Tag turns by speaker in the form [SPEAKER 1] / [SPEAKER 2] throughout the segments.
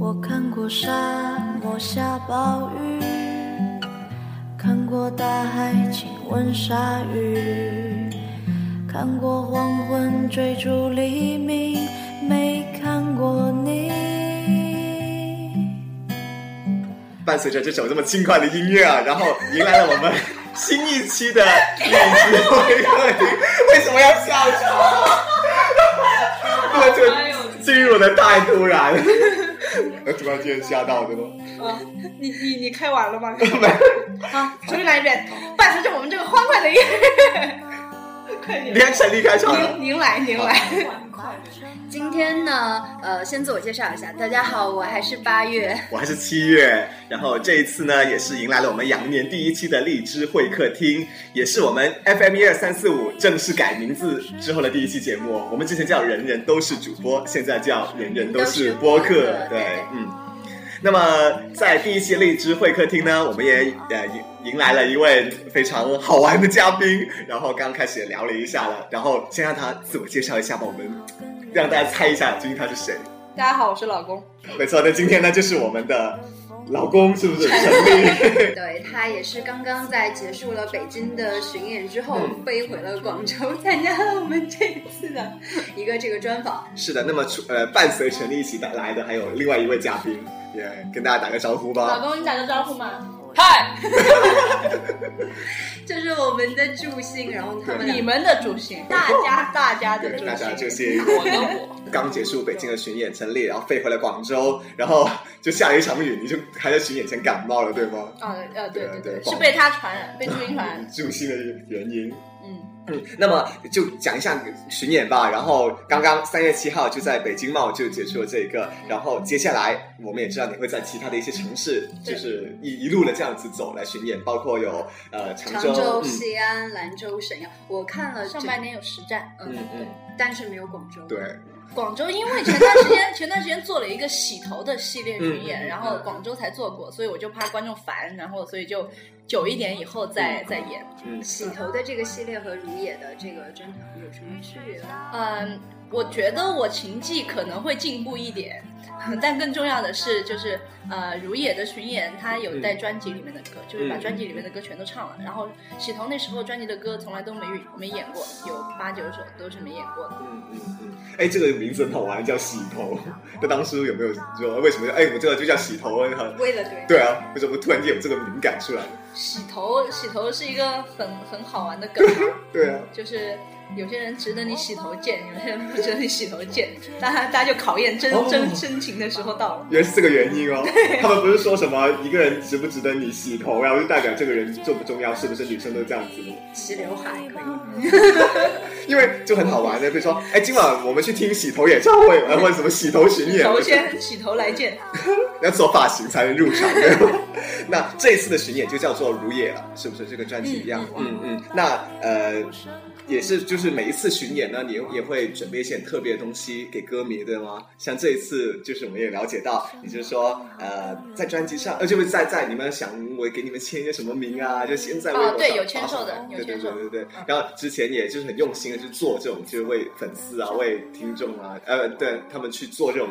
[SPEAKER 1] 我看过沙漠下暴雨，看过大海亲吻鲨鱼，看过黄昏追逐黎明，没看过你。
[SPEAKER 2] 伴随着这首这么轻快的音乐啊，然后迎来了我们新一期的荔枝会客厅。为什么要笑场？我就进入的太突然， 我突然间吓到，对吗？
[SPEAKER 3] 啊， 你你你开完了吗？好，重新来一遍，伴随着我们这个欢快的音乐， 快点，
[SPEAKER 2] 连陈立开场了
[SPEAKER 3] 您。您来您来，
[SPEAKER 4] 今天呢，呃，先自我介绍一下，大家好，我还是八月。
[SPEAKER 2] 我还是七月，然后这一次呢，也是迎来了我们羊年第一期的荔枝会客厅，也是我们 FM 一二三四五正式改名字之后的第一期节目。我们之前叫人人都是主播，现在叫人人都是播客
[SPEAKER 4] 都是播客。
[SPEAKER 2] 对
[SPEAKER 4] 对，
[SPEAKER 2] 嗯。那么在第一期荔枝会客厅呢，我们也呃迎迎来了一位非常好玩的嘉宾，然后刚开始也聊了一下了，然后先让他自我介绍一下吧，我们让大家猜一下究竟他是谁。
[SPEAKER 3] 大家好，我是老公，
[SPEAKER 2] 没错，那今天呢，就是我们的老公，是不是陈立？
[SPEAKER 4] 对他也是刚刚在结束了北京的巡演之后，
[SPEAKER 2] 嗯
[SPEAKER 4] 飞回了广州，参加了我们这一次的一个这个专访。
[SPEAKER 2] 是的，那么除呃，伴随陈立一起来的还有另外一位嘉宾，也跟大家打个招呼
[SPEAKER 5] 老
[SPEAKER 2] 吧。
[SPEAKER 5] 公，你打个招呼嘛？ 嗨，
[SPEAKER 4] 这是我们的助兴，然后他们
[SPEAKER 3] 你
[SPEAKER 4] 俩
[SPEAKER 3] 们的主席，大家大家的
[SPEAKER 2] 对，大家
[SPEAKER 3] 主
[SPEAKER 2] 就
[SPEAKER 3] 席，
[SPEAKER 2] 是
[SPEAKER 5] 我跟我，
[SPEAKER 2] 刚结束北京的巡演，陈立然后飞回了广州，然后就下了一场雨，你就还在巡演前感冒了，对吗？
[SPEAKER 3] 啊呃对
[SPEAKER 2] 对
[SPEAKER 3] 对
[SPEAKER 2] 对
[SPEAKER 3] 对，
[SPEAKER 2] 广
[SPEAKER 3] 是被他传染，被朱茵
[SPEAKER 4] 嗯
[SPEAKER 3] 传染，
[SPEAKER 2] 助兴的原因。
[SPEAKER 3] 嗯，
[SPEAKER 2] 嗯，那么就讲一下你的巡演吧。然后刚刚三月七号就在北京嘛，就结束了这一个。然后接下来我们也知道你会在其他的一些城市，
[SPEAKER 3] 对
[SPEAKER 2] 就是一一路的这样子走来巡演，包括有呃常
[SPEAKER 4] 常
[SPEAKER 2] 州，
[SPEAKER 4] 州、西安、兰州、沈阳，我看了
[SPEAKER 3] 上
[SPEAKER 4] 这
[SPEAKER 3] 半，年有实战，
[SPEAKER 2] 嗯嗯
[SPEAKER 4] 嗯，
[SPEAKER 2] 嗯，
[SPEAKER 4] 但是没有广州。
[SPEAKER 2] 对，
[SPEAKER 3] 广州，因为前段 时间前段时间做了一个洗头的系列巡
[SPEAKER 2] 嗯嗯嗯
[SPEAKER 3] 演，然后广州才做过，所以我就怕观众烦，然后所以就久一点以后再再演。
[SPEAKER 2] 嗯，
[SPEAKER 4] 洗头的这个系列和如也的这个专场有什么区别呢？
[SPEAKER 3] 嗯，我觉得我琴技可能会进步一点， 但更重要的是，就是呃，如也的巡演，他有带专辑里面的歌，就是把
[SPEAKER 2] 嗯
[SPEAKER 3] 专辑里面的歌全都唱了。然后洗头那时候专辑的歌从来都没没演过，有八九首都是没演过的。
[SPEAKER 2] 嗯嗯嗯，哎，这个名字很好玩，叫洗头。那当初有没有说为什么？哎，我这个就叫洗头啊？很
[SPEAKER 4] 为了对
[SPEAKER 2] 对啊，为什么突然间有这个敏感出来？
[SPEAKER 3] 洗头，洗头是一个很很好玩的梗嘛，
[SPEAKER 2] 对啊，
[SPEAKER 3] 就是有些人值得你洗头见，有些人不值得你洗头见，大家大家就考验真真真情的时候到了。
[SPEAKER 2] 原来是这个原因哦。他们不是说什么一个人值不值得你洗头，然后就代表这个人重不重要，是不是女生都这样子 的？
[SPEAKER 4] 洗刘海可以。
[SPEAKER 2] 因为就很好玩的，比如说，哎，今晚我们去听洗头演唱会，呃，或者什么洗头巡
[SPEAKER 3] 洗
[SPEAKER 2] 演，
[SPEAKER 3] 头先，洗头来见。
[SPEAKER 2] 要做发型才能入场。对吧 那这一次的巡演就叫做《如也》了，是不是？这个专辑一样。嗯嗯。那呃，也是就是每一次巡演呢，你也会准备一些很特别的东西给歌迷，对吗？像这一次，就是我们也了解到，你就是说呃，在专辑上，呃，就是在在你们想我给你们签一个什么名啊，就现在微博
[SPEAKER 3] 哦
[SPEAKER 2] 上、
[SPEAKER 3] 对有签售的
[SPEAKER 2] 对
[SPEAKER 3] 有
[SPEAKER 2] 对
[SPEAKER 3] 签售
[SPEAKER 2] 对对对。然后之前也就是很用心的去做这种，就是为粉丝啊，为听众啊，呃，对他们去做这种。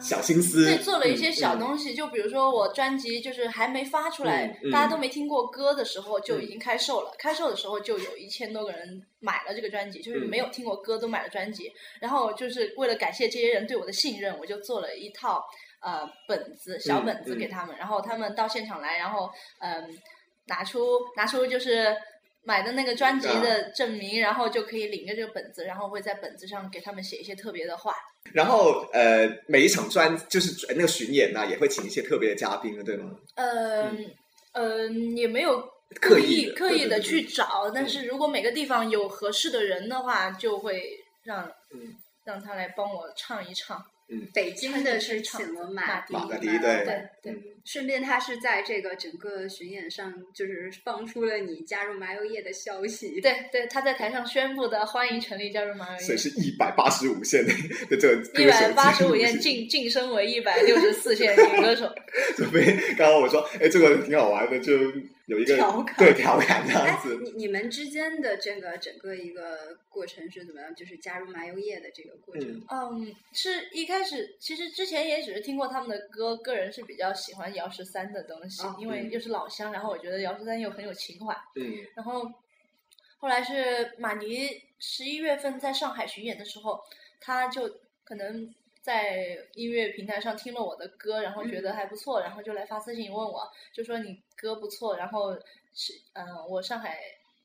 [SPEAKER 2] 小心思，
[SPEAKER 3] 对，做了一些小
[SPEAKER 2] 嗯嗯
[SPEAKER 3] 东西，就比如说我专辑就是还没发出来，
[SPEAKER 2] 嗯嗯嗯
[SPEAKER 3] 大家都没听过歌的时候就已经开售了。开售的时候就有一千多个人买了这个专辑，就是
[SPEAKER 2] 嗯
[SPEAKER 3] 没有听过歌都买了专辑。然后就是为了感谢这些人对我的信任，我就做了一套呃本子小本子
[SPEAKER 2] 嗯
[SPEAKER 3] 给他们，然后他们到现场来，然后嗯、拿出拿出就是。买的那个专
[SPEAKER 2] 啊
[SPEAKER 3] 辑的证明，然后就可以领着这个本子，然后会在本子上给他们写一些特别的话。
[SPEAKER 2] 嗯然后呃，每一场专就是呃那个巡演呢、也会请一些特别的嘉宾的，对吗？
[SPEAKER 3] 嗯嗯，也没有
[SPEAKER 2] 刻
[SPEAKER 3] 故
[SPEAKER 2] 意
[SPEAKER 3] 意
[SPEAKER 2] 的
[SPEAKER 3] 刻
[SPEAKER 2] 对
[SPEAKER 3] 意
[SPEAKER 2] 对
[SPEAKER 3] 的
[SPEAKER 2] 对
[SPEAKER 3] 去找，但是如果每个地方有合适的人的话，就会让
[SPEAKER 2] 嗯
[SPEAKER 3] 让他来帮我唱一唱。
[SPEAKER 4] 北京的是请了马迪，
[SPEAKER 2] 马迪
[SPEAKER 4] 嘛
[SPEAKER 2] 对
[SPEAKER 4] 对
[SPEAKER 2] 嗯
[SPEAKER 4] 对。顺便，他是在这个整个巡演上，就是放出了你加入麻油叶的消息。，哎
[SPEAKER 3] 对对，他在台上宣布的，欢迎陈立加入马友
[SPEAKER 2] 所以
[SPEAKER 3] 友。
[SPEAKER 2] 是一百八十五线的的这个
[SPEAKER 3] 一
[SPEAKER 2] 歌手
[SPEAKER 3] 百八十五线
[SPEAKER 2] 线
[SPEAKER 3] 晋晋升为一百六十四线女歌手，
[SPEAKER 2] 准备。刚刚我说，哎，这个挺好玩的，就有一个
[SPEAKER 4] 调侃
[SPEAKER 2] 对调侃这
[SPEAKER 4] 哎
[SPEAKER 2] 样，子。
[SPEAKER 4] 你你们之间的这个
[SPEAKER 3] 哎
[SPEAKER 4] 整个一个过程是怎么样？就是加入麻油叶的这个过程。
[SPEAKER 2] 嗯
[SPEAKER 3] 嗯，是一开开始其实之前也只是听过他们的歌，个人是比较喜欢姚十三的东西，
[SPEAKER 4] 啊
[SPEAKER 3] 因为
[SPEAKER 2] 嗯
[SPEAKER 3] 又是老乡，然后我觉得姚十三又很有情怀。
[SPEAKER 2] 嗯
[SPEAKER 3] 然后后来是马尼十一月份在上海巡演的时候，他就可能在音乐平台上听了我的歌，然后觉得还不错，然后就来发私信问我，就说你歌不错，然后是嗯、呃我上海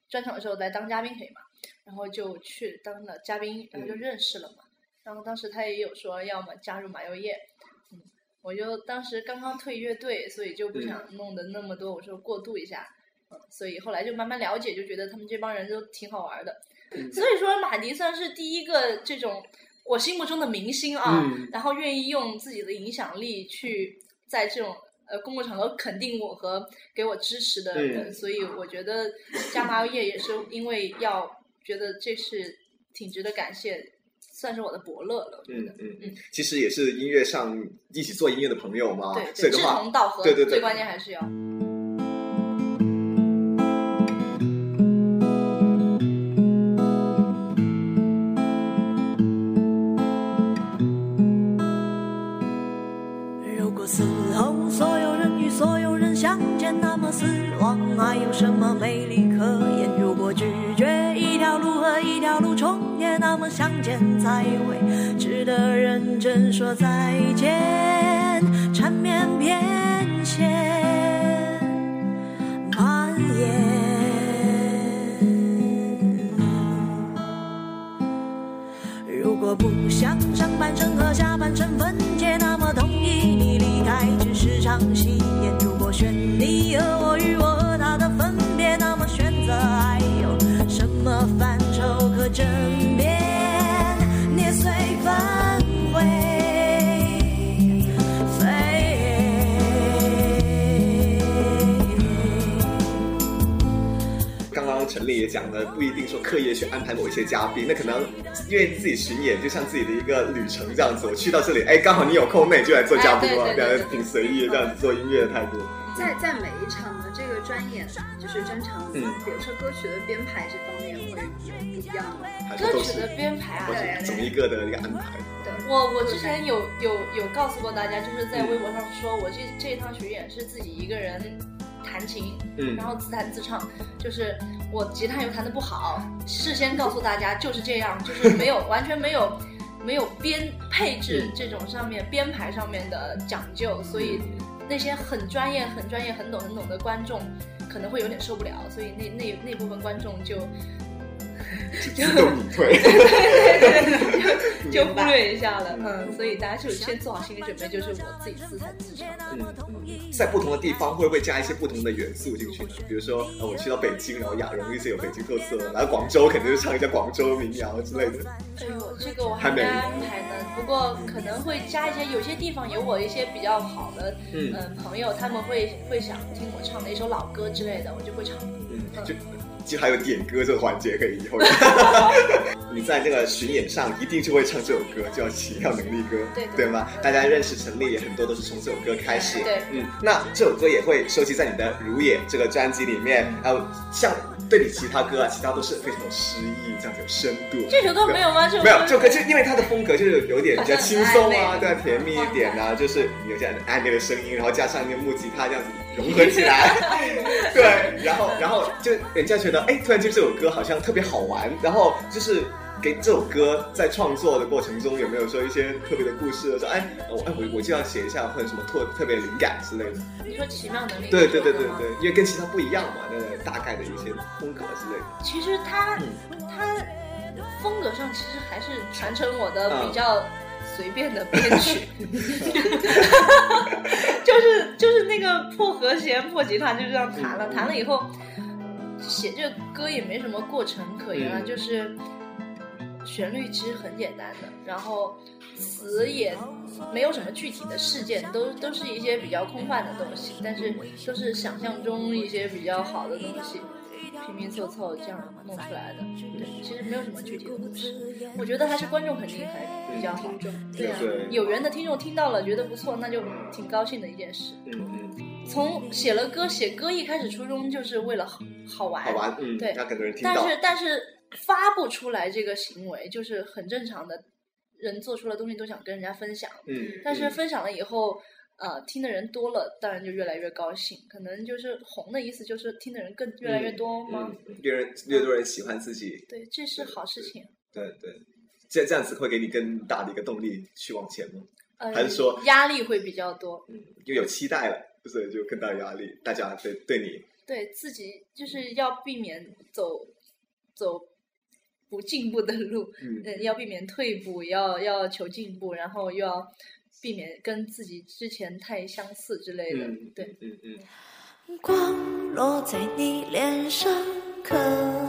[SPEAKER 3] 专场的时候来当嘉宾可以吗？然后就去当了嘉宾，然后就
[SPEAKER 2] 嗯
[SPEAKER 3] 认识了嘛。然后当时他也有说要么加入马友业，嗯，我就当时刚刚退乐队，所以就不
[SPEAKER 2] 嗯
[SPEAKER 3] 想弄得那么多，我说过渡一下，嗯，所以后来就慢慢了解，就觉得他们这帮人都挺好玩的。
[SPEAKER 2] 嗯
[SPEAKER 3] 所以说，马迪算是第一个这种我心目中的明星啊，
[SPEAKER 2] 嗯
[SPEAKER 3] 然后愿意用自己的影响力去在这种呃公共场合肯定我和给我支持的人，
[SPEAKER 2] 嗯
[SPEAKER 3] 所以我觉得加麻油叶也是因为要觉得这是挺值得感谢，算是我的伯乐了，我觉
[SPEAKER 2] 嗯
[SPEAKER 3] 得。
[SPEAKER 2] 嗯
[SPEAKER 3] 嗯，
[SPEAKER 2] 其实也是音乐上一起做音乐的朋友嘛，
[SPEAKER 3] 对
[SPEAKER 2] 所
[SPEAKER 3] 对，
[SPEAKER 2] 以
[SPEAKER 3] 志
[SPEAKER 2] 的话，
[SPEAKER 3] 同道合，
[SPEAKER 2] 对对对
[SPEAKER 3] 最关键还是要
[SPEAKER 1] 如果死后所有人与所有人相见，那么死亡还有什么魅力可言？如果拒绝一条路和一条路重叠，那么相见才会值得认真说再见，缠绵变迁蔓延。如果不想上半身和下半身分解，那么同意你离开只是场戏演。如果选你和我与我和他的分别，那么选择还有什么范畴可争辩？捏碎反悔。飞。
[SPEAKER 2] 刚刚陈丽也讲了，不一定说刻意地去安排某一些嘉宾，那可能因为自己巡演，就像自己的一个旅程这样子。我去到这里，哎，刚好你有空，那你就来做嘉宾吧
[SPEAKER 3] 哎，对对对
[SPEAKER 2] 感
[SPEAKER 3] 对
[SPEAKER 2] 觉
[SPEAKER 3] 对
[SPEAKER 2] 挺随意的这样子做音乐的态度。
[SPEAKER 4] 在在每一场的这个专演，就是专场，
[SPEAKER 2] 嗯
[SPEAKER 4] 比如说歌曲的编排这方面会不一样。
[SPEAKER 2] 还是
[SPEAKER 3] 歌
[SPEAKER 2] 都
[SPEAKER 3] 曲
[SPEAKER 2] 是
[SPEAKER 3] 的编排啊
[SPEAKER 2] 都，是总一个的一个安排。
[SPEAKER 3] 我我之前有有有告诉过大家，就是在微博上说，我这这一趟巡演是自己一个人弹琴，
[SPEAKER 2] 嗯
[SPEAKER 3] 然后自弹自唱，就是我吉他又弹的不好，事先告诉大家就是这样，就是没有 完全没有没有编配置
[SPEAKER 2] 嗯
[SPEAKER 3] 这种上面编排上面的讲究，所以那些很专业、很专业、很懂、很懂的观众可能会有点受不了，所以那那那部分观众就
[SPEAKER 2] 自动隐 退。
[SPEAKER 3] 就忽略一下了，
[SPEAKER 2] 嗯
[SPEAKER 3] 嗯，所以大家就先做好心理准备，就是啊我自己自弹自唱。
[SPEAKER 2] 嗯，嗯 在不同的地方会不会加一些不同的元素进去呢？比如说，呃，我去到北京，然后雅容一些有北京特色，然后广州肯定就唱一下广州民谣之类的。
[SPEAKER 3] 哎呦，这个我
[SPEAKER 2] 还
[SPEAKER 3] 还
[SPEAKER 2] 没
[SPEAKER 3] 没安排呢，不过可能会加一些，有些地方有我一些比较好的
[SPEAKER 2] 嗯
[SPEAKER 3] 嗯、朋友，他们会会想听我唱的一首老歌之类的，我就会唱。
[SPEAKER 2] 嗯，就就还有点歌这个环节可以以 后。你在这个巡演上一定就会唱这首歌，叫《奇妙能力歌》，
[SPEAKER 3] 对对
[SPEAKER 2] 对吗？大家认识陈粒也很多都是从这首歌开始。
[SPEAKER 3] 对
[SPEAKER 2] 嗯，那这首歌也会收集在你的《如也》这个专辑里面。
[SPEAKER 3] 嗯
[SPEAKER 2] 然后像对比其他歌啊，其他都是非常有诗意，这样子有深度。
[SPEAKER 3] 这首歌没有吗？ 这首
[SPEAKER 2] 没有，这
[SPEAKER 3] 就
[SPEAKER 2] 首歌就因为它的风格就是有点比较轻松啊，对
[SPEAKER 4] 很暧昧
[SPEAKER 2] 啊，甜蜜一点啊，就是有这样的暧昧的声音，然后加上那个木吉他这样子融合起来，对，然后然后就人家觉得哎，突然间这首歌好像特别好玩，然后就是。给这首歌在创作的过程中有没有说一些特别的故事？说哎，我哎我我就要写一下，或者什么特特别灵感之类的。
[SPEAKER 3] 你说奇妙能力，
[SPEAKER 2] 对对对对对，因为跟其他不一样嘛，那个大概的一些风格之类的。
[SPEAKER 3] 其实他
[SPEAKER 2] 嗯
[SPEAKER 3] 他风格上其实还是传承我的比较随便的编曲， 就是就是那个破和弦、破吉他就这样弹了，
[SPEAKER 2] 嗯
[SPEAKER 3] 弹了以后写这个歌也没什么过程可言了，
[SPEAKER 2] 嗯
[SPEAKER 3] 就是旋律其实很简单的，然后词也没有什么具体的事件，都都是一些比较空泛的东西，但是都是想象中一些比较好的东西，拼拼凑凑这样弄出来的。对，其实没有什么具体的东
[SPEAKER 2] 嗯
[SPEAKER 3] 西。我觉得还是观众肯定还比较好。对啊
[SPEAKER 2] 对，
[SPEAKER 3] 有缘的听众听到了觉得不错，那就挺高兴的一件事。
[SPEAKER 2] 嗯嗯，
[SPEAKER 3] 从写了歌，写歌一开始初衷就是为了好好玩，
[SPEAKER 2] 好玩，嗯，
[SPEAKER 3] 对
[SPEAKER 2] 让更多人听
[SPEAKER 3] 但
[SPEAKER 2] 到。
[SPEAKER 3] 是但是发不出来这个行为就是很正常的。人做出来的东西都想跟人家分享，
[SPEAKER 2] 嗯，
[SPEAKER 3] 但是分享了以后，呃，听的人多了，当然就越来越高兴。可能就是红的意思，就是听的人更越来越多吗？
[SPEAKER 2] 嗯，越人越多人喜欢自己，
[SPEAKER 3] 对，这是好事情。
[SPEAKER 2] 对对，这这样子会给你更大的一个动力去往前吗？
[SPEAKER 3] 呃，
[SPEAKER 2] 还是说
[SPEAKER 3] 压力会比较多？
[SPEAKER 2] 嗯，因为有期待了，所以就更大的压力，大家对对你
[SPEAKER 3] 对自己就是要避免走走不进步的路，
[SPEAKER 2] 嗯
[SPEAKER 3] 嗯，要避免退步，要要求进步，然后又要避免跟自己之前太相似之类的。
[SPEAKER 2] 嗯
[SPEAKER 3] 对，
[SPEAKER 2] 嗯嗯
[SPEAKER 1] 光落在你脸上，可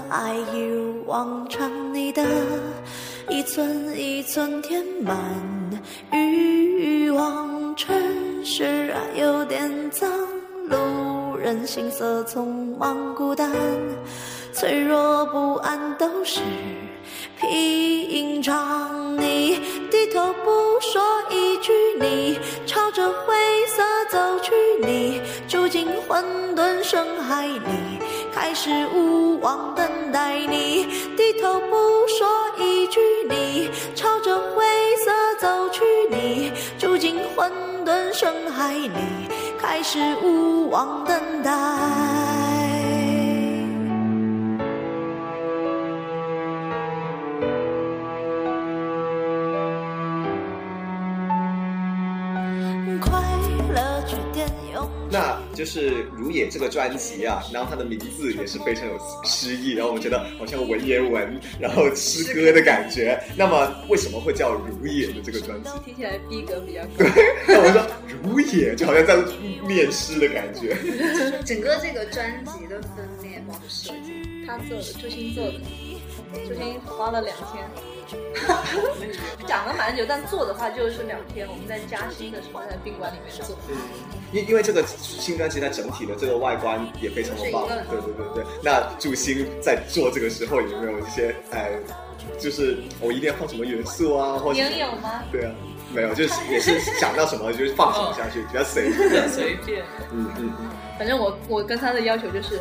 [SPEAKER 1] 爱一如往常，你的一寸一寸填满欲望，城市啊有点脏，路人行色匆忙，孤单、脆弱、不安都是平常。你低头不说一句，你朝着灰色走去，你住进混沌深海里，开始无望等待你。低头不说一句，你朝着灰色走去，你住进混沌深海里，开始无望等待。快乐去点用
[SPEAKER 2] 那就是《如也》这个专辑啊，然后它的名字也是非常有诗意，然后我觉得好像文言文，然后诗歌的感觉。
[SPEAKER 3] 嗯
[SPEAKER 2] 那么为什么会叫《如也》的这个专辑？
[SPEAKER 3] 听起来逼格比较高。
[SPEAKER 2] 那我说《如也》就好像在念诗的感觉。
[SPEAKER 4] 整个这个专辑的分裂方式，
[SPEAKER 3] 他做的，周星做的，周星花了两天，讲了蛮久，但做的话就是两天。我们在嘉兴的时候在宾馆里面做，
[SPEAKER 2] 因因为这个新专辑它整体的这个外观也非常的棒，对对对对。那祝星在做这个时候有没有一些哎，就是我一定要放什么元素啊，或者
[SPEAKER 3] 您有吗？
[SPEAKER 2] 对啊，没有，就是也是想到什么就是放什么下去，比较 随意。
[SPEAKER 5] 随便。
[SPEAKER 2] 嗯嗯嗯，
[SPEAKER 3] 反正我我跟他的要求就是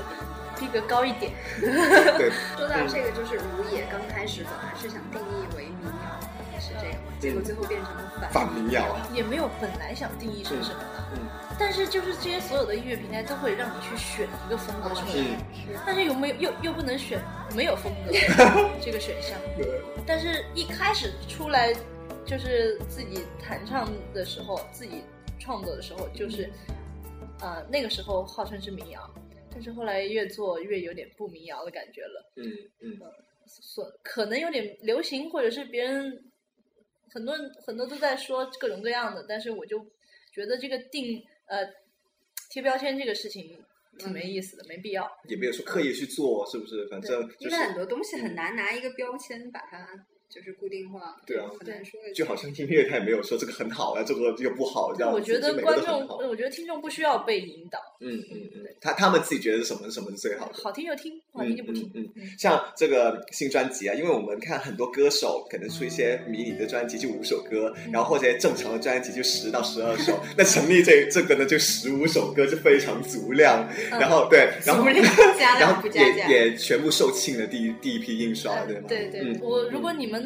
[SPEAKER 3] 逼格高一点。
[SPEAKER 2] 对，
[SPEAKER 4] 说到这个，就是如也刚开始本来是想定义为民谣，是这样吗？
[SPEAKER 2] 嗯
[SPEAKER 4] 结果最后变成了反。
[SPEAKER 2] 反民谣啊，
[SPEAKER 3] 也没有本来想定义成什么的，
[SPEAKER 2] 嗯
[SPEAKER 3] 但是就是这些所有的音乐平台都会让你去选一个风格出来，
[SPEAKER 2] 嗯，
[SPEAKER 3] 但是有没有又又不能选没有风格这个选项，
[SPEAKER 2] 对，
[SPEAKER 3] 但是一开始出来就是自己弹唱的时候，自己创作的时候就是，呃那个时候号称是民谣，但是后来越做越有点不民谣的感觉了。
[SPEAKER 2] 嗯嗯
[SPEAKER 3] 所可能有点流行，或者是别人很多人很多都在说各种各样的，但是我就觉得这个定呃贴标签这个事情
[SPEAKER 2] 嗯
[SPEAKER 3] 挺没意思的，没必要。
[SPEAKER 2] 也没有说刻意去做，是不是？反正就
[SPEAKER 4] 因
[SPEAKER 2] 是嗯
[SPEAKER 4] 为很多东西很难拿一个标签把它就是固定化，
[SPEAKER 2] 对啊
[SPEAKER 4] 很难说得
[SPEAKER 2] 就好像音乐，它也没有说这个很好，啊，这个这个不好，这样
[SPEAKER 3] 我
[SPEAKER 2] 子。
[SPEAKER 3] 觉
[SPEAKER 2] 就
[SPEAKER 3] 得
[SPEAKER 2] 每个
[SPEAKER 3] 观
[SPEAKER 2] 都
[SPEAKER 3] 众，
[SPEAKER 2] 很好。
[SPEAKER 3] 我觉得听众不需要被引导，
[SPEAKER 2] 嗯嗯嗯，他他们自己觉得什么什么是最好的。
[SPEAKER 3] 好听就听，不好听就不听。
[SPEAKER 2] 嗯嗯
[SPEAKER 3] 嗯
[SPEAKER 2] 像这个新专辑啊，因为我们看很多歌手可能出一些迷你的专辑就五首歌，
[SPEAKER 3] 嗯
[SPEAKER 2] 然后或者正常的专辑就十到十二首， 那成立这这个呢就十五首歌就非常足量，
[SPEAKER 3] 嗯
[SPEAKER 2] 然后对，然后
[SPEAKER 4] 加
[SPEAKER 2] 然
[SPEAKER 4] 量
[SPEAKER 2] 后
[SPEAKER 4] 不加
[SPEAKER 2] 也
[SPEAKER 4] 价。
[SPEAKER 2] 也全部售罄的第一第一批印刷，对吗？
[SPEAKER 3] 对对，
[SPEAKER 2] 嗯
[SPEAKER 3] 我如果你们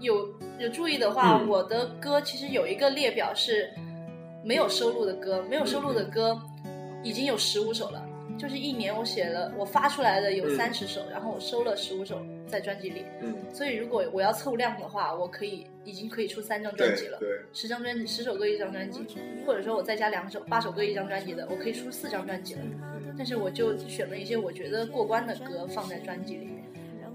[SPEAKER 3] 有有注意的话，
[SPEAKER 2] 嗯
[SPEAKER 3] 我的歌其实有一个列表是没有收录的歌，没有收录的歌已经有十五首了。就是一年我写了，我发出来的有
[SPEAKER 2] 嗯
[SPEAKER 3] 三十首，然后我收了十五首在专辑里。
[SPEAKER 2] 嗯，
[SPEAKER 3] 所以如果我要凑量的话，我可以已经可以出三张
[SPEAKER 2] 对
[SPEAKER 3] 专辑了，
[SPEAKER 2] 对，
[SPEAKER 3] 十张专辑，十首歌一张专辑，或者说我再加两首，八首歌一张专辑的，我可以出四张专辑了。
[SPEAKER 2] 嗯
[SPEAKER 3] 但是我就选了一些我觉得过关的歌放在专辑里面，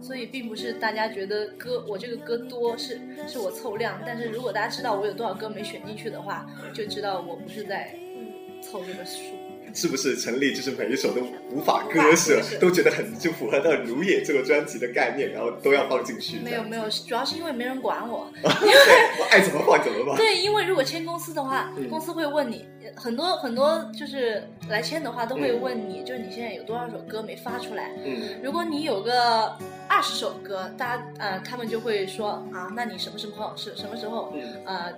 [SPEAKER 3] 所以并不是大家觉得歌我这个歌多是是我凑量，但是如果大家知道我有多少歌没选进去的话，就知道我不是在凑这个数。
[SPEAKER 2] 是不是成立就是每一首都无法割
[SPEAKER 3] 无
[SPEAKER 2] 舍
[SPEAKER 3] 法割舍，
[SPEAKER 2] 都觉得很就符合到《如也》这个专辑的概念，然后都要放进去。
[SPEAKER 3] 没有没有，主要是因为没人管我。
[SPEAKER 2] 对，我爱怎么放怎么放。
[SPEAKER 3] 对，因为如果签公司的话
[SPEAKER 2] 嗯，
[SPEAKER 3] 公司会问你很多很多，就是来签的话都会问你，就是你现在有多少首歌没发出来。
[SPEAKER 2] 嗯
[SPEAKER 3] 如果你有个二十首歌，大家呃，他们就会说啊，那你什么时候是什么时候
[SPEAKER 2] 嗯
[SPEAKER 3] 呃，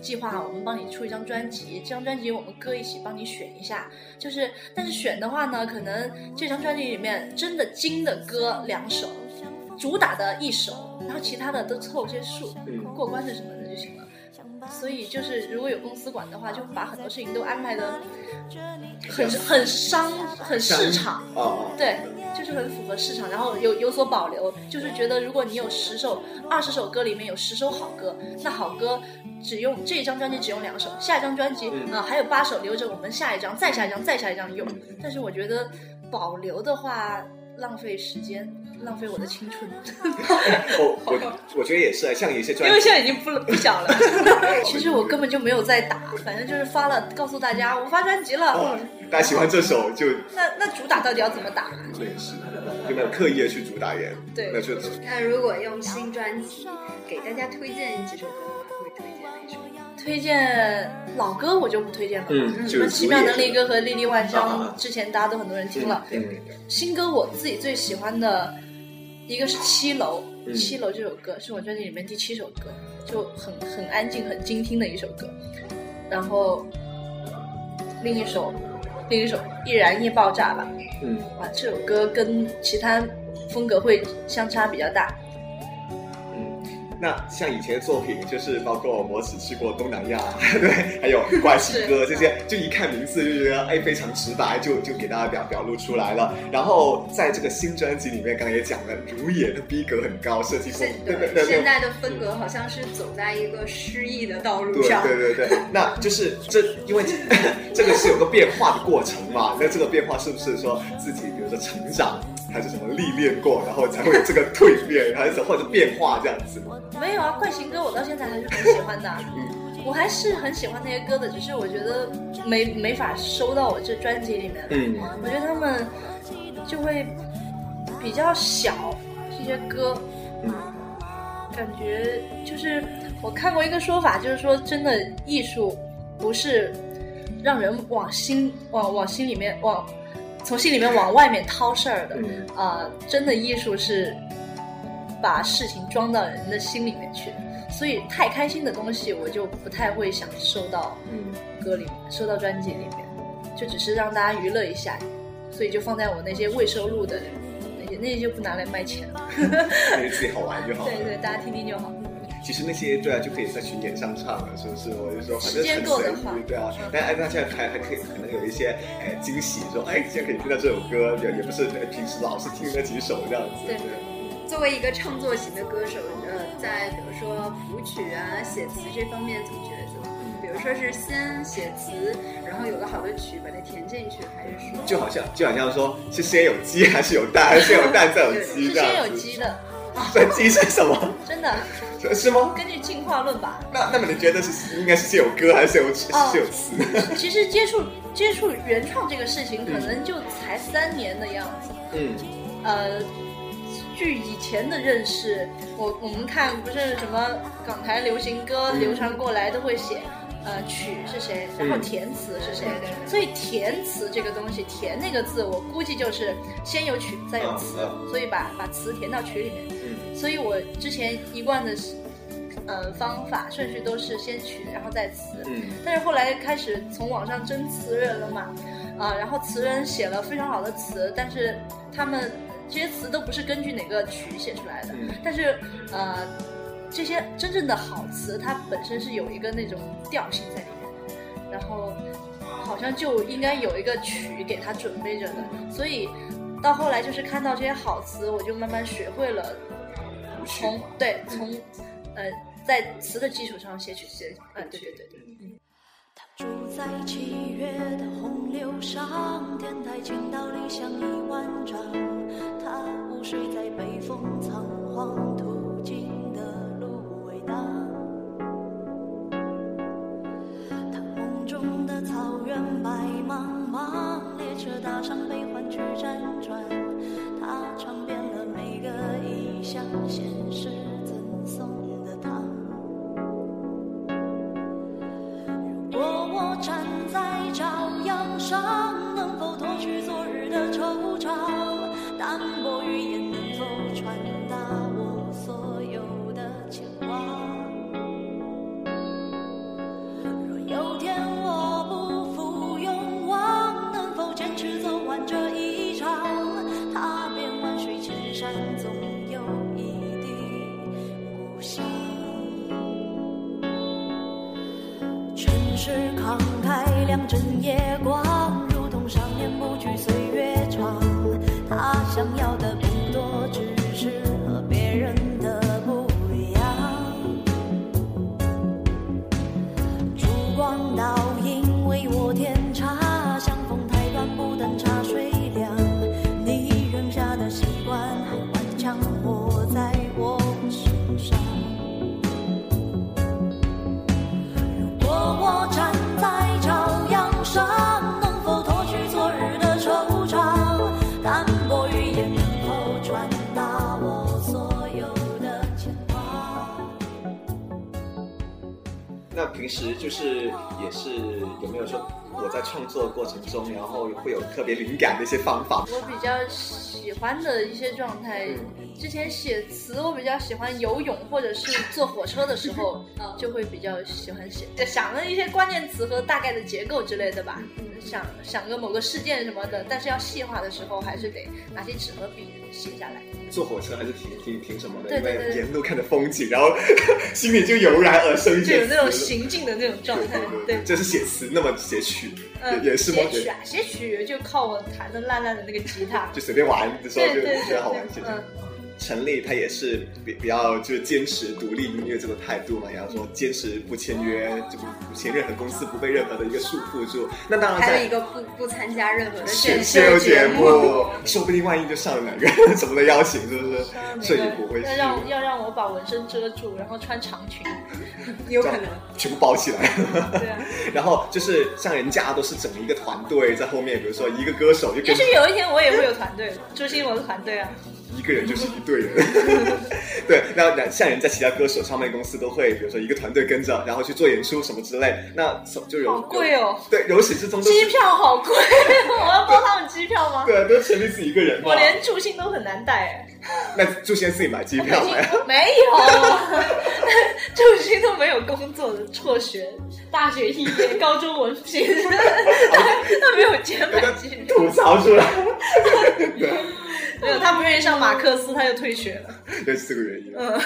[SPEAKER 3] 计划好我们帮你出一张专辑，这张专辑我们歌一起帮你选一下。就是，但是选的话呢，可能这张专辑里面真的精的歌两首，主打的一首，然后其他的都凑些数，
[SPEAKER 2] 嗯
[SPEAKER 3] 过关是什么的就行了。所以就是如果有公司管的话，就把很多事情都安排的很很商很市场，
[SPEAKER 2] 哦，
[SPEAKER 3] 对，就是很符合市场，然后有有所保留，就是觉得如果你有十首、二十首歌里面有十首好歌，那好歌只用这一张专辑只用两首，下一张专辑啊、
[SPEAKER 2] 嗯
[SPEAKER 3] 还有八首留着我们下一张、再下一张、再下一张用。但是我觉得保留的话浪费时间，浪费我的青春，
[SPEAKER 2] 我哦我我觉得也是，啊像有一些专
[SPEAKER 3] 因为
[SPEAKER 2] 辑，
[SPEAKER 3] 现在已经不不小了。 其实我根本就没有在打，反正就是发了告诉大家我发专辑了
[SPEAKER 2] 哦。，
[SPEAKER 3] 嗯
[SPEAKER 2] 大家喜欢这首就
[SPEAKER 3] 那那主打到底要怎么打？
[SPEAKER 2] 对是，有没有刻意的去主打人？
[SPEAKER 3] 对
[SPEAKER 2] 没有去
[SPEAKER 4] 那如果用新专辑给大家推荐几首歌的话，会推荐哪一首？
[SPEAKER 3] 推荐老歌我就不推荐了，
[SPEAKER 2] 嗯
[SPEAKER 3] 什么《奇妙能力歌》和《莉莉万
[SPEAKER 2] 啊
[SPEAKER 3] 香
[SPEAKER 2] 啊》
[SPEAKER 3] 之前大家都很多人听了。
[SPEAKER 2] 嗯
[SPEAKER 3] 新歌我自己最喜欢的一个是《七楼》，
[SPEAKER 2] 嗯
[SPEAKER 3] 七楼》这首歌是我专辑里面第七首歌，就很很安静、很精听的一首歌。然后另一首，另一首《易燃易爆炸》吧，
[SPEAKER 2] 嗯
[SPEAKER 3] 哇，这首歌跟其他风格会相差比较大。
[SPEAKER 2] 嗯，那像以前的作品，就是包括我只去过东南亚， 对，还有怪奇哥这些，就一看名字就觉得哎非常直白，就就给大家表表露出来了。然后在这个新专辑里面，刚才也讲了，如也的逼格很高，设计风
[SPEAKER 4] 现
[SPEAKER 2] 对对
[SPEAKER 4] 对
[SPEAKER 2] 对
[SPEAKER 4] 现
[SPEAKER 2] 对。
[SPEAKER 4] 在的风格好像是走在一个诗意的道路
[SPEAKER 2] 对
[SPEAKER 4] 上。
[SPEAKER 2] 对对对，那就是这，因为这个是有个变化的过程嘛。那这个变化是不是说自己，比如说成长，还是什么历练过，然后才会有这个蜕变，还是或者变化这样子？
[SPEAKER 3] 没有啊，怪形歌我到现在还是很喜欢的啊，
[SPEAKER 2] 嗯
[SPEAKER 3] 我还是很喜欢那些歌的，只是我觉得没没法收到我这专辑里面。
[SPEAKER 2] 嗯
[SPEAKER 3] 我觉得他们就会比较小，这些歌
[SPEAKER 2] 嗯
[SPEAKER 3] 感觉就是我看过一个说法，就是说真的艺术不是让人往心往往心里面往从心里面往外面掏事儿的，
[SPEAKER 2] 嗯
[SPEAKER 3] 啊，真的艺术是把事情装到人的心里面去，所以太开心的东西我就不太会想收到
[SPEAKER 2] 嗯。
[SPEAKER 3] 歌里面，收到专辑里面，就只是让大家娱乐一下，所以就放在我那些未收录的那些，那些就不拿来卖钱了。
[SPEAKER 2] 感觉自己好玩就好了。
[SPEAKER 3] 对对，大家听听就好。
[SPEAKER 2] 其实那些对啊，就可以在巡演上唱了，是不是？我就说反
[SPEAKER 3] 时
[SPEAKER 2] 正
[SPEAKER 3] 间
[SPEAKER 2] 很
[SPEAKER 3] 够的
[SPEAKER 2] 随
[SPEAKER 3] 话
[SPEAKER 2] 意，对啊
[SPEAKER 3] 嗯。
[SPEAKER 2] 但哎，那现在还还可以，可能有一些哎惊喜，说哎，现在可以听到这首歌，也也不是哎平时老是听那几首这样子。
[SPEAKER 3] 对
[SPEAKER 4] 作为一个唱作型的歌手，呃，在比如说谱曲啊、写词这方面怎么抉择？比如说是先写词，然后有个好的曲把它填进去，还是说
[SPEAKER 2] 就好像就好像说是先有鸡还是有蛋，还是先有蛋再有鸡
[SPEAKER 3] 是
[SPEAKER 2] 这
[SPEAKER 3] 先
[SPEAKER 2] 样
[SPEAKER 3] 有
[SPEAKER 2] 子。
[SPEAKER 3] 鸡的，
[SPEAKER 2] 那鸡是什么？
[SPEAKER 3] 真的，
[SPEAKER 2] 是是吗？
[SPEAKER 3] 根据进化论吧。
[SPEAKER 2] 那那么你觉得是应该是先有歌还是先有是
[SPEAKER 3] 哦
[SPEAKER 2] 先有词？
[SPEAKER 3] 其实接触接触原创这个事情，可能就才三年的样子。
[SPEAKER 2] 嗯
[SPEAKER 3] 呃，据以前的认识，我我们看不是什么港台流行歌
[SPEAKER 2] 嗯
[SPEAKER 3] 流传过来都会写，呃，曲是谁，然后
[SPEAKER 2] 嗯
[SPEAKER 3] 填词是谁，
[SPEAKER 4] 对对
[SPEAKER 3] 所以填词这个东西，填那个字，我估计就是先有曲再有词，
[SPEAKER 2] 嗯
[SPEAKER 3] 所以把把词填到曲里面。
[SPEAKER 2] 嗯
[SPEAKER 3] 所以我之前一贯的，呃，方法顺序都是先曲，然后再词。
[SPEAKER 2] 嗯
[SPEAKER 3] 但是后来开始从网上征词人了嘛，啊，然后词人写了非常好的词，但是他们这些词都不是根据哪个曲写出来的，
[SPEAKER 2] 嗯
[SPEAKER 3] 但是呃，这些真正的好词，它本身是有一个那种调性在里面，然后好像就应该有一个曲给它准备着的，所以到后来就是看到这些好词，我就慢慢学会了
[SPEAKER 2] 谱曲
[SPEAKER 3] 从对从呃在词的基础上写曲写，嗯、对对对对。
[SPEAKER 1] 他住在七月的洪流上，天台倾倒理想一万丈。他午睡在北风仓皇途经的芦苇荡。他梦中的草原白茫茫，列车搭上悲欢去辗转。他尝遍了每个异乡，现实赠送的糖。如果我站在朝阳上，能否脱去昨日的惆怅？淡薄语言能否传达我所有的牵挂？若有天我不负勇往，能否坚持走完这一场？踏遍万水千山，总有一地故乡。是慷慨，两枕夜光，如同少年不惧岁月长。他想要的不多，只是和别人的不一样。烛光倒影为我添茶，相逢太短，不等茶水凉。你扔下的习惯还顽强活在我身上。如果我站在朝阳上，能否脱去昨日的惆怅？淡薄语言能否传达我所有的牵挂？
[SPEAKER 2] 那平时就是也是有没有说我在创作过程中，然后会有特别灵感的一些方法？
[SPEAKER 3] 我比较喜欢的一些状态，之前写词我比较喜欢游泳或者是坐火车的时候
[SPEAKER 4] 嗯，
[SPEAKER 3] 就会比较喜欢写，就想了一些关键词和大概的结构之类的吧，想想个某个事件什么的，但是要细化的时候还是得拿起纸和笔写下来。
[SPEAKER 2] 坐火车还是挺挺挺什么的，
[SPEAKER 3] 对
[SPEAKER 2] 因
[SPEAKER 3] 对
[SPEAKER 2] 为
[SPEAKER 3] 对
[SPEAKER 2] 沿路看着风景，然后心里就油然而生一
[SPEAKER 3] 就有
[SPEAKER 2] 些
[SPEAKER 3] 那种
[SPEAKER 2] 词
[SPEAKER 3] 行进的那种状态，
[SPEAKER 2] 对
[SPEAKER 3] 对，
[SPEAKER 2] 这是写词，那么写曲
[SPEAKER 3] 嗯，
[SPEAKER 2] 也也是吗？，
[SPEAKER 3] 写曲啊，写曲就靠我弹的烂烂的那个吉他
[SPEAKER 2] 就随便玩的时候
[SPEAKER 3] 对
[SPEAKER 2] 就
[SPEAKER 3] 对对
[SPEAKER 2] 觉得好玩写。
[SPEAKER 3] 嗯
[SPEAKER 2] 陈立他也是比比较就是坚持独立音乐这个态度嘛，然后说坚持不签约，就不不签任何公司，不被任何的一个束缚住。那当然
[SPEAKER 4] 还有
[SPEAKER 2] 在
[SPEAKER 4] 一个不不参加任何的
[SPEAKER 2] 选
[SPEAKER 4] 选
[SPEAKER 2] 秀
[SPEAKER 4] 秀
[SPEAKER 2] 节
[SPEAKER 4] 节
[SPEAKER 2] 目，说不定万一就上了哪个什么的邀请，是不是？所以不会
[SPEAKER 3] 要
[SPEAKER 2] 是
[SPEAKER 3] 让要让我把纹身遮住，然后穿长裙，
[SPEAKER 4] 有
[SPEAKER 2] 这
[SPEAKER 4] 可
[SPEAKER 2] 样
[SPEAKER 4] 能。
[SPEAKER 2] 全部包起来。
[SPEAKER 3] 对啊。
[SPEAKER 2] 然后就是像人家都是整一个团队在后面，比如说一个歌手就
[SPEAKER 3] 也
[SPEAKER 2] 跟
[SPEAKER 3] 许有一天我也会有团队，朱星我的团队啊，
[SPEAKER 2] 一个人就是一队人， 对。那那像人在其他歌手唱片公司都会，比如说一个团队跟着，然后去做演出什么之类，那所就有
[SPEAKER 3] 好
[SPEAKER 4] 啊
[SPEAKER 3] 贵哦，
[SPEAKER 2] 对，由始至终都
[SPEAKER 3] 机
[SPEAKER 2] 是
[SPEAKER 3] 票好贵，哦我要包他们机票吗？
[SPEAKER 2] 对，都陈立自己一个人嘛
[SPEAKER 3] 我。连助兴都很难带哎。
[SPEAKER 2] 那就先自己买机票买。
[SPEAKER 3] 没有， 周星都没有工作的辍学，大学毕业，高中文凭， 他他没有钱买机票，
[SPEAKER 2] 吐槽出来，
[SPEAKER 3] 没有，他不愿意上马克思，他就退学了。
[SPEAKER 2] 就是这个原因。
[SPEAKER 3] 嗯，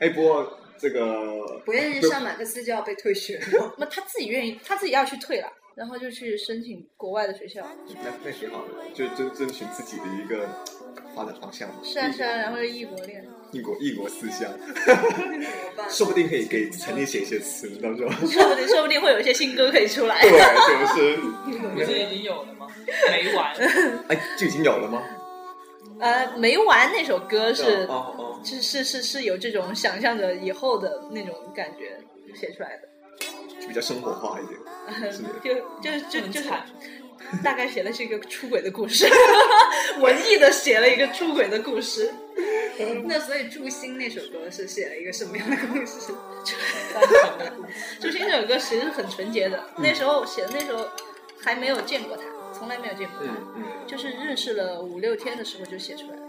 [SPEAKER 2] 哎，不过这个
[SPEAKER 4] 不愿意上马克思就要被退学了，
[SPEAKER 3] 那他自己愿意，他自己要去退了，然后就去申请国外的学校。
[SPEAKER 2] 那那挺好的，就遵遵循自己的一个发展方向嘛。
[SPEAKER 3] 是啊是啊，然后就异国恋。
[SPEAKER 2] 异国异国思乡，
[SPEAKER 4] 怎么办？
[SPEAKER 2] 说不定可以给陈立写一些词，到时 候。
[SPEAKER 3] 说不定说不定会有一些新歌可以出来。
[SPEAKER 2] 对，是不是？
[SPEAKER 5] 不是已经有了吗？没完，
[SPEAKER 2] 哎，就已经有了吗？
[SPEAKER 3] 呃，没完那首歌是
[SPEAKER 2] 哦哦，
[SPEAKER 3] 是是是是有这种想象着以后的那种感觉写出来的，
[SPEAKER 2] 就比较生活化一 点。是的
[SPEAKER 3] 就就就
[SPEAKER 5] 很
[SPEAKER 3] 就是
[SPEAKER 5] 惨
[SPEAKER 3] 大概写的是一个出轨的故事， 文艺的写了一个出轨的故事，
[SPEAKER 4] 那所以祝星那首歌是写了一个什么样的故 事？
[SPEAKER 5] 单纯的故事
[SPEAKER 3] 周星这首歌其实是很纯洁的，
[SPEAKER 2] 嗯
[SPEAKER 3] 那时候写的那时候还没有见过他，从来没有见过他，
[SPEAKER 2] 嗯嗯，
[SPEAKER 3] 就是认识了五六天的时候就写出来了，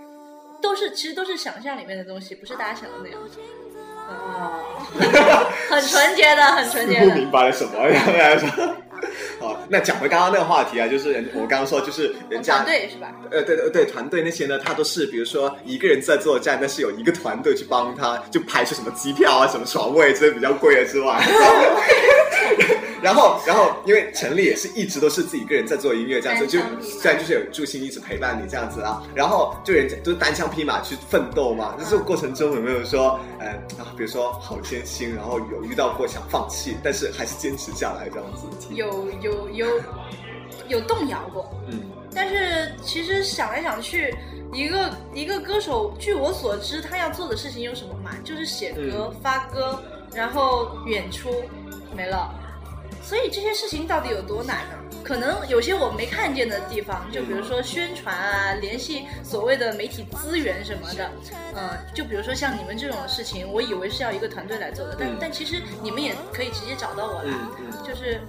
[SPEAKER 3] 都是其实都是想象里面的东西，不是大家想的那样，
[SPEAKER 4] 哦，
[SPEAKER 3] 很纯洁的，很纯
[SPEAKER 2] 似
[SPEAKER 3] 洁
[SPEAKER 2] 乎
[SPEAKER 3] 的。
[SPEAKER 2] 明白了什么，然后来说。 好，那讲回刚刚那个话题啊，就是人我刚刚说，就是人家
[SPEAKER 3] 团队哦是吧？
[SPEAKER 2] 呃，对对对，团队那些呢，他都是比如说一个人在作战，但是有一个团队去帮他，就排除什么机票啊、什么床位这些比较贵的之外。 然后，然后，因为陈立也是一直都是自己一个人在做音乐，这样子就
[SPEAKER 4] 单枪匹马
[SPEAKER 2] 虽然就是有助兴一直陪伴你这样子啊，然后就人家都是单枪匹马去奋斗嘛。那这个过程中有没有说，呃啊，比如说好艰辛，然后有遇到过想放弃，但是还是坚持下来这样子？，
[SPEAKER 3] 有有有有动摇过，
[SPEAKER 2] 嗯
[SPEAKER 3] 但是其实想来想去，一个一个歌手，据我所知，他要做的事情有什么嘛？就是写歌、发歌，然后演出，没了。所以这些事情到底有多难呢？可能有些我没看见的地方，就比如说宣传啊，联系所谓的媒体资源什么的，呃，就比如说像你们这种事情，我以为是要一个团队来做的，但、
[SPEAKER 2] 嗯
[SPEAKER 3] 但其实你们也可以直接找到我来。
[SPEAKER 2] 嗯嗯，
[SPEAKER 3] 就是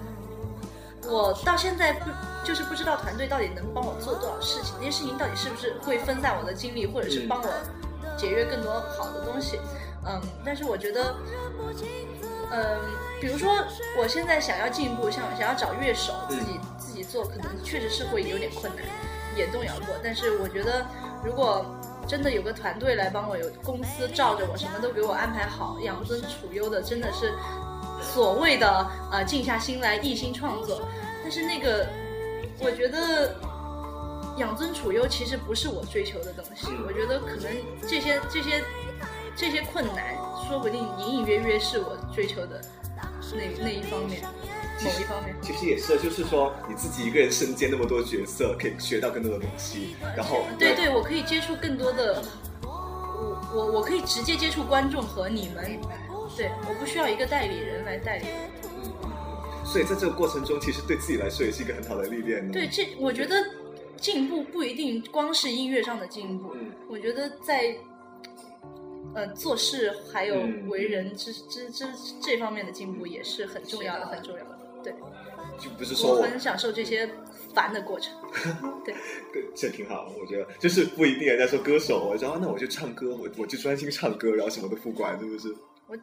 [SPEAKER 3] 我到现在不就是不知道团队到底能帮我做多少事情，这些事情到底是不是会分散我的精力，或者是帮我节约更多好的东西。嗯，但是我觉得，嗯，比如说我现在想要进步，想想要找乐手自己、自己做，可能确实是会有点困难，也动摇过。但是我觉得，如果真的有个团队来帮我，有公司罩着我，什么都给我安排好，养尊处优的，真的是所谓的呃静下心来一心创作，但是那个我觉得养尊处优其实不是我追求的东西，
[SPEAKER 2] 嗯
[SPEAKER 3] 我觉得可能这些这些这些困难，说不定隐隐约约是我追求的那那一方面，某一方面。
[SPEAKER 2] 其实也是，就是说你自己一个人身兼那么多角色，可以学到更多的东西，然后
[SPEAKER 3] 对对，我可以接触更多的，我我我可以直接接触观众和你们，对，我不需要一个代理人来代理我。
[SPEAKER 2] 所以在这个过程中，其实对自己来说也是一个很好的历练呢。
[SPEAKER 3] 对，，这我觉得进步不一定光是音乐上的进步，
[SPEAKER 2] 嗯
[SPEAKER 3] 我觉得在呃做事还有
[SPEAKER 2] 嗯
[SPEAKER 3] 为人之、之之这方面的进步也是很重要的，很重要的。对，
[SPEAKER 2] 就不是说
[SPEAKER 3] 我
[SPEAKER 2] 我
[SPEAKER 3] 很享受这些烦的过程。对，
[SPEAKER 2] 对这挺好，我觉得就是不一定人家说歌手，我说、啊、那我就唱歌，我我就专心唱歌，然后什么都不管，是不是？
[SPEAKER 3] 我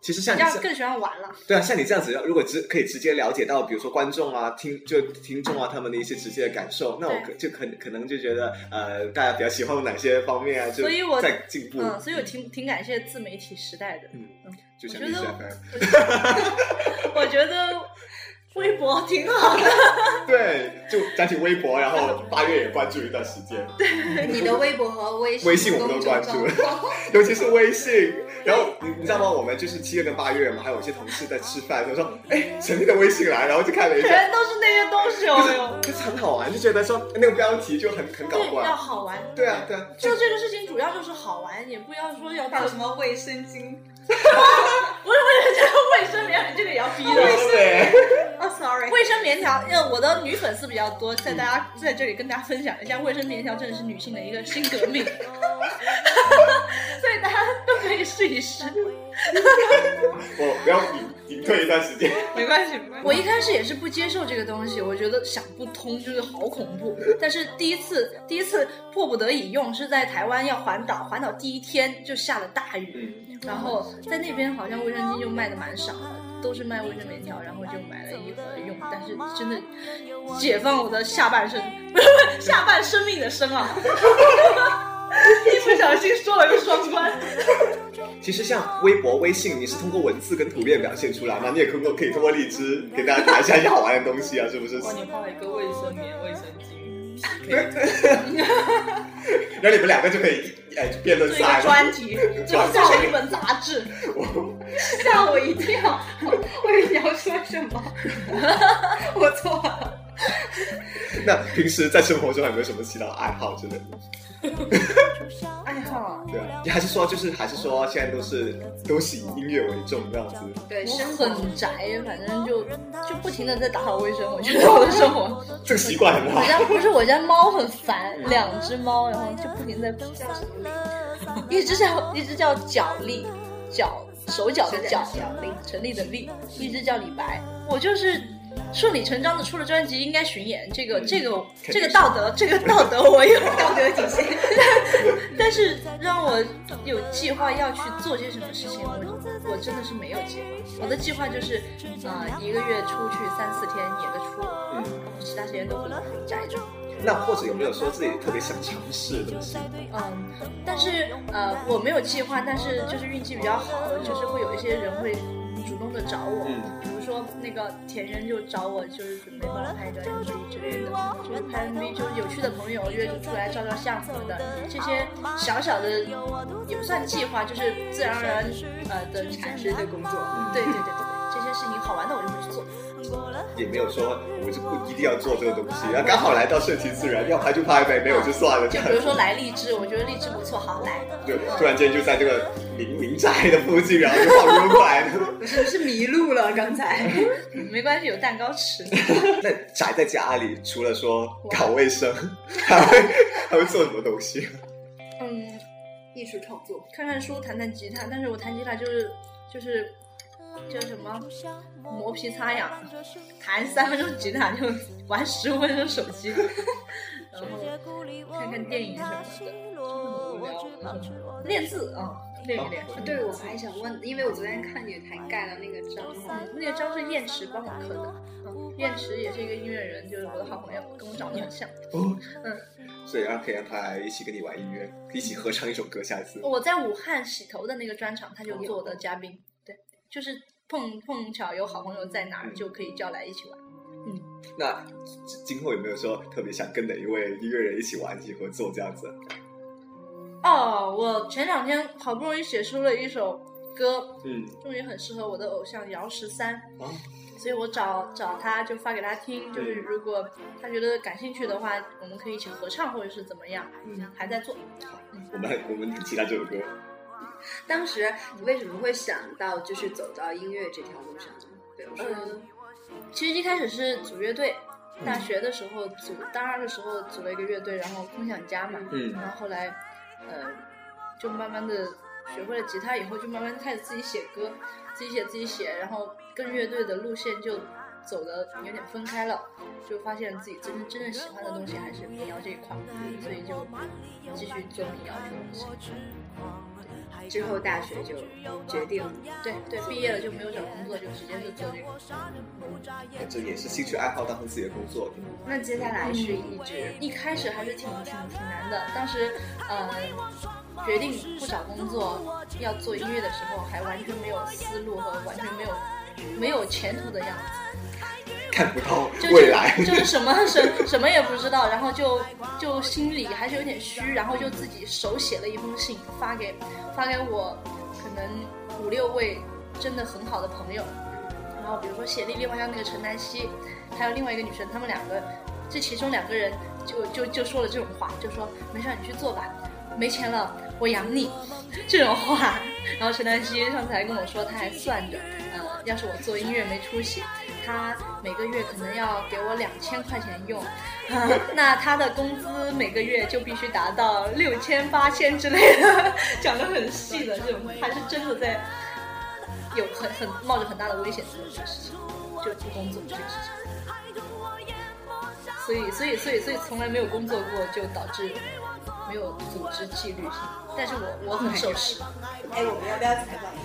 [SPEAKER 2] 其实像
[SPEAKER 3] 比
[SPEAKER 2] 你
[SPEAKER 3] 较
[SPEAKER 2] 这
[SPEAKER 3] 更喜欢玩了。
[SPEAKER 2] 对啊，像你这样子，如果直可以直接了解到，比如说观众啊、听就听众啊他们的一些直接的感受，那我可就可可能就觉得呃，大家比较喜欢哪些方面啊，就
[SPEAKER 3] 所以我
[SPEAKER 2] 在进步。
[SPEAKER 3] 嗯，所以我挺挺感谢自媒体时代的。
[SPEAKER 2] 嗯
[SPEAKER 3] 嗯，
[SPEAKER 2] 就像
[SPEAKER 3] 我
[SPEAKER 2] 你
[SPEAKER 3] 觉
[SPEAKER 2] 这
[SPEAKER 3] 得
[SPEAKER 2] 样，
[SPEAKER 3] 我觉得微博挺好的。
[SPEAKER 2] 对，就加起微博，然后八月也关注一段时 间，
[SPEAKER 3] 你的微博和微
[SPEAKER 2] 微信我们都关注了，尤其是微信。然后你你知道吗？我们就是七月跟八月嘛，还有一些同事在吃饭，他说：“哎，陈丽的微信来。”然后就看了一下，
[SPEAKER 3] 全都是那些东西，
[SPEAKER 2] 不
[SPEAKER 3] 哦
[SPEAKER 2] 是
[SPEAKER 3] 哟。
[SPEAKER 2] 就是很好玩，就觉得说那个标题就很很搞
[SPEAKER 3] 对，要
[SPEAKER 2] 怪。
[SPEAKER 3] 好玩。
[SPEAKER 2] 对啊，对啊，
[SPEAKER 3] 就这个事情主要就是好玩，也不要说要
[SPEAKER 4] 还
[SPEAKER 3] 大
[SPEAKER 4] 有什么卫生巾？
[SPEAKER 3] 我以为这个卫生棉，你这个也要逼的。
[SPEAKER 2] 对。啊
[SPEAKER 4] 哦，sorry，
[SPEAKER 3] 卫生棉条，呃，我的女粉丝比较多，在大家在这里跟大家分享一下，卫生棉条真的是女性的一个新革命， 所以大家都可以试一试。
[SPEAKER 2] 我不要隐隐退一段时间。
[SPEAKER 4] 没关系，没关系。
[SPEAKER 3] 我一开始也是不接受这个东西，我觉得想不通，就是好恐怖。但是第一次，第一次迫不得已用，是在台湾要环岛，环岛第一天就下了大雨，
[SPEAKER 2] 嗯，
[SPEAKER 3] 然后在那边好像卫生巾就卖的蛮少的，都是卖卫生棉条，然后就买了一盒用，但是真的解放我的下半身，不是不是 下半生命的生啊！一不小心说了个双关，
[SPEAKER 2] 其实像微博、微信，你是通过文字跟图片表现出来嘛？你也通过可以通过荔枝给大家谈一下一些好玩的东西啊，是不是？
[SPEAKER 4] 哇，你画了一个卫生棉、卫生巾，
[SPEAKER 2] 然后你们两个就可以哎辩论
[SPEAKER 3] 做一
[SPEAKER 2] 赛
[SPEAKER 3] 个
[SPEAKER 2] 了。
[SPEAKER 3] 专题，最后做成一本杂志，
[SPEAKER 4] 吓我一跳！我以为你要说什么？
[SPEAKER 3] 我错了。
[SPEAKER 2] 那平时在生活中有没有什么其他的爱好之类的？
[SPEAKER 3] 爱好啊
[SPEAKER 2] 对啊，你还是说就是还是说现在都是都是以音乐为重这样子？
[SPEAKER 3] 对，
[SPEAKER 1] 我
[SPEAKER 3] 生活
[SPEAKER 1] 很
[SPEAKER 3] 宅，反正就就不停的在打扫卫生，我觉得我的生活。
[SPEAKER 2] 这个习惯很
[SPEAKER 3] 我
[SPEAKER 2] 好。
[SPEAKER 3] 家不是我家猫很烦，两只猫，然后就不停地在叫什么名，一只叫一只叫脚力，脚手脚的脚，手脚的脚力陈立的立，一只叫李白。我就是顺理成章的出了专辑应该巡演，这个这个
[SPEAKER 2] 嗯肯定是
[SPEAKER 3] 这个道德这个道德我有道德底线， 但是让我有计划要去做些什么事情，我我真的是没有计划。我的计划就是，呃，一个月出去三四天演个出，
[SPEAKER 2] 嗯，
[SPEAKER 3] 其他时间都是宅着。
[SPEAKER 2] 那或者有没有说自己特别想尝试
[SPEAKER 3] 呃
[SPEAKER 2] 的东西？
[SPEAKER 3] 嗯，但是呃，我没有计划，但是就是运气比较好，就是会有一些人会主动的找我，
[SPEAKER 2] 嗯
[SPEAKER 3] 比如说那个田人就找我，就是准备帮我拍一段 MV 之类的，就是拍 MV，就是有趣的朋友约着出来照照相什么的，这些小小的也不算计划，就是自然而然呃的产生 的工作。对对对对对，这些事情好玩的我就会去做。
[SPEAKER 2] 也没有说我就不一定要做这个东
[SPEAKER 3] 嗯
[SPEAKER 2] 西，然后刚好来到顺其自然，要拍就拍呗，没有就算了。这
[SPEAKER 3] 就
[SPEAKER 2] 样
[SPEAKER 3] 比
[SPEAKER 2] 子
[SPEAKER 3] 如说来荔枝，我觉得荔枝不错，好来，
[SPEAKER 2] 就突然间就在这个民民宅的附近，然后就晃悠过来了。
[SPEAKER 3] 是不是迷路了？刚 才嗯没关系，有蛋糕吃。
[SPEAKER 2] 那宅在家里，除了说搞卫生，还会还会做什么东西？
[SPEAKER 3] 嗯，艺术创作，看看书，弹弹吉他。但是我弹吉他就是就是叫什么磨皮擦痒，弹三分钟吉他就玩十五分钟手机，然后呃看看电影什么
[SPEAKER 4] 无聊
[SPEAKER 3] 的，练字啊、练一练。
[SPEAKER 4] 哦
[SPEAKER 3] 对，对，我我还还想想问，问，因因为为我我昨昨天天看看你你还还盖盖了了那那个个章章，
[SPEAKER 1] 嗯
[SPEAKER 3] 那个章是燕池帮我刻的。嗯，燕池也是一个音乐人，就是我的好朋友，跟我长得很像。
[SPEAKER 2] 哦，
[SPEAKER 3] 嗯，
[SPEAKER 2] 所以让可以让他来一起跟你玩音乐，一起合唱一首歌。下一次
[SPEAKER 3] 我在武汉洗头的那个专场，他就做我的嘉宾。对，就是碰碰巧有好朋友在哪儿，就可以叫来一起玩。
[SPEAKER 2] 那今后有没有说特别想跟哪一位音乐人一起玩、一起合作这样子？
[SPEAKER 3] 哦，我前两天好不容易写出了一首歌，
[SPEAKER 2] 嗯，
[SPEAKER 3] 终于很适合我的偶像姚十三，
[SPEAKER 2] 啊，
[SPEAKER 3] 所以我找找他就发给他听，就是
[SPEAKER 2] 嗯
[SPEAKER 3] 如果他觉得感兴趣的话，我们可以一起合唱或者是怎么样，
[SPEAKER 2] 嗯
[SPEAKER 3] 还在做。
[SPEAKER 2] 我们我们期待这首歌。
[SPEAKER 4] 当时你为什么会想到就是走到音乐这条路上呢？比如说，
[SPEAKER 3] 嗯，其实一开始是组乐队，
[SPEAKER 2] 嗯
[SPEAKER 3] 大学的时候组，大二的时候组了一个乐队，然后空想家嘛，
[SPEAKER 2] 嗯
[SPEAKER 3] 然后后来，呃，就慢慢的学会了吉他以后，就慢慢开始自己写歌，自己写自己写，然后跟乐队的路线就走的有点分开了，就发现自己真正真正喜欢的东西还是民谣这一块，所以就继续做民谣这个东西。
[SPEAKER 4] 之后大学就决定
[SPEAKER 3] 对对，毕业了就没有找工作，就直接就做这个。
[SPEAKER 2] 反正也是兴趣爱好当成自己的工作。
[SPEAKER 4] 那接下来是一直
[SPEAKER 2] 嗯
[SPEAKER 3] 一开始还是挺挺挺难的，当时呃决定不找工作要做音乐的时候，还完全没有思路和完全没有没有前途的样子，
[SPEAKER 2] 看不到
[SPEAKER 3] 就是
[SPEAKER 2] 未来，
[SPEAKER 3] 就是什么什什么也不知道，然后就就心里还是有点虚，然后就自己手写了一封信发给发给我可能五六位真的很好的朋友，然后比如说写另另外像那个陈南希，还有另外一个女生，她们两个，这其中两个人就就就说了这种话，就说没事儿你去做吧，没钱了我养你， 这种话。 然后陈南希上次还跟我说，她还算着，呃，要是我做音乐没出息，她每个月可能要给我两千块钱用， 啊那她的工资每个月就必须达到六千八千之类的， 讲的很细的这种，她是真的在。有很很冒着很大的危险做这个事情，就不工作这个事情。所以所以所以所以从来没有工作过，就导致没有组织纪律性。但是我我很守时，
[SPEAKER 5] 哎，我们要不要采访一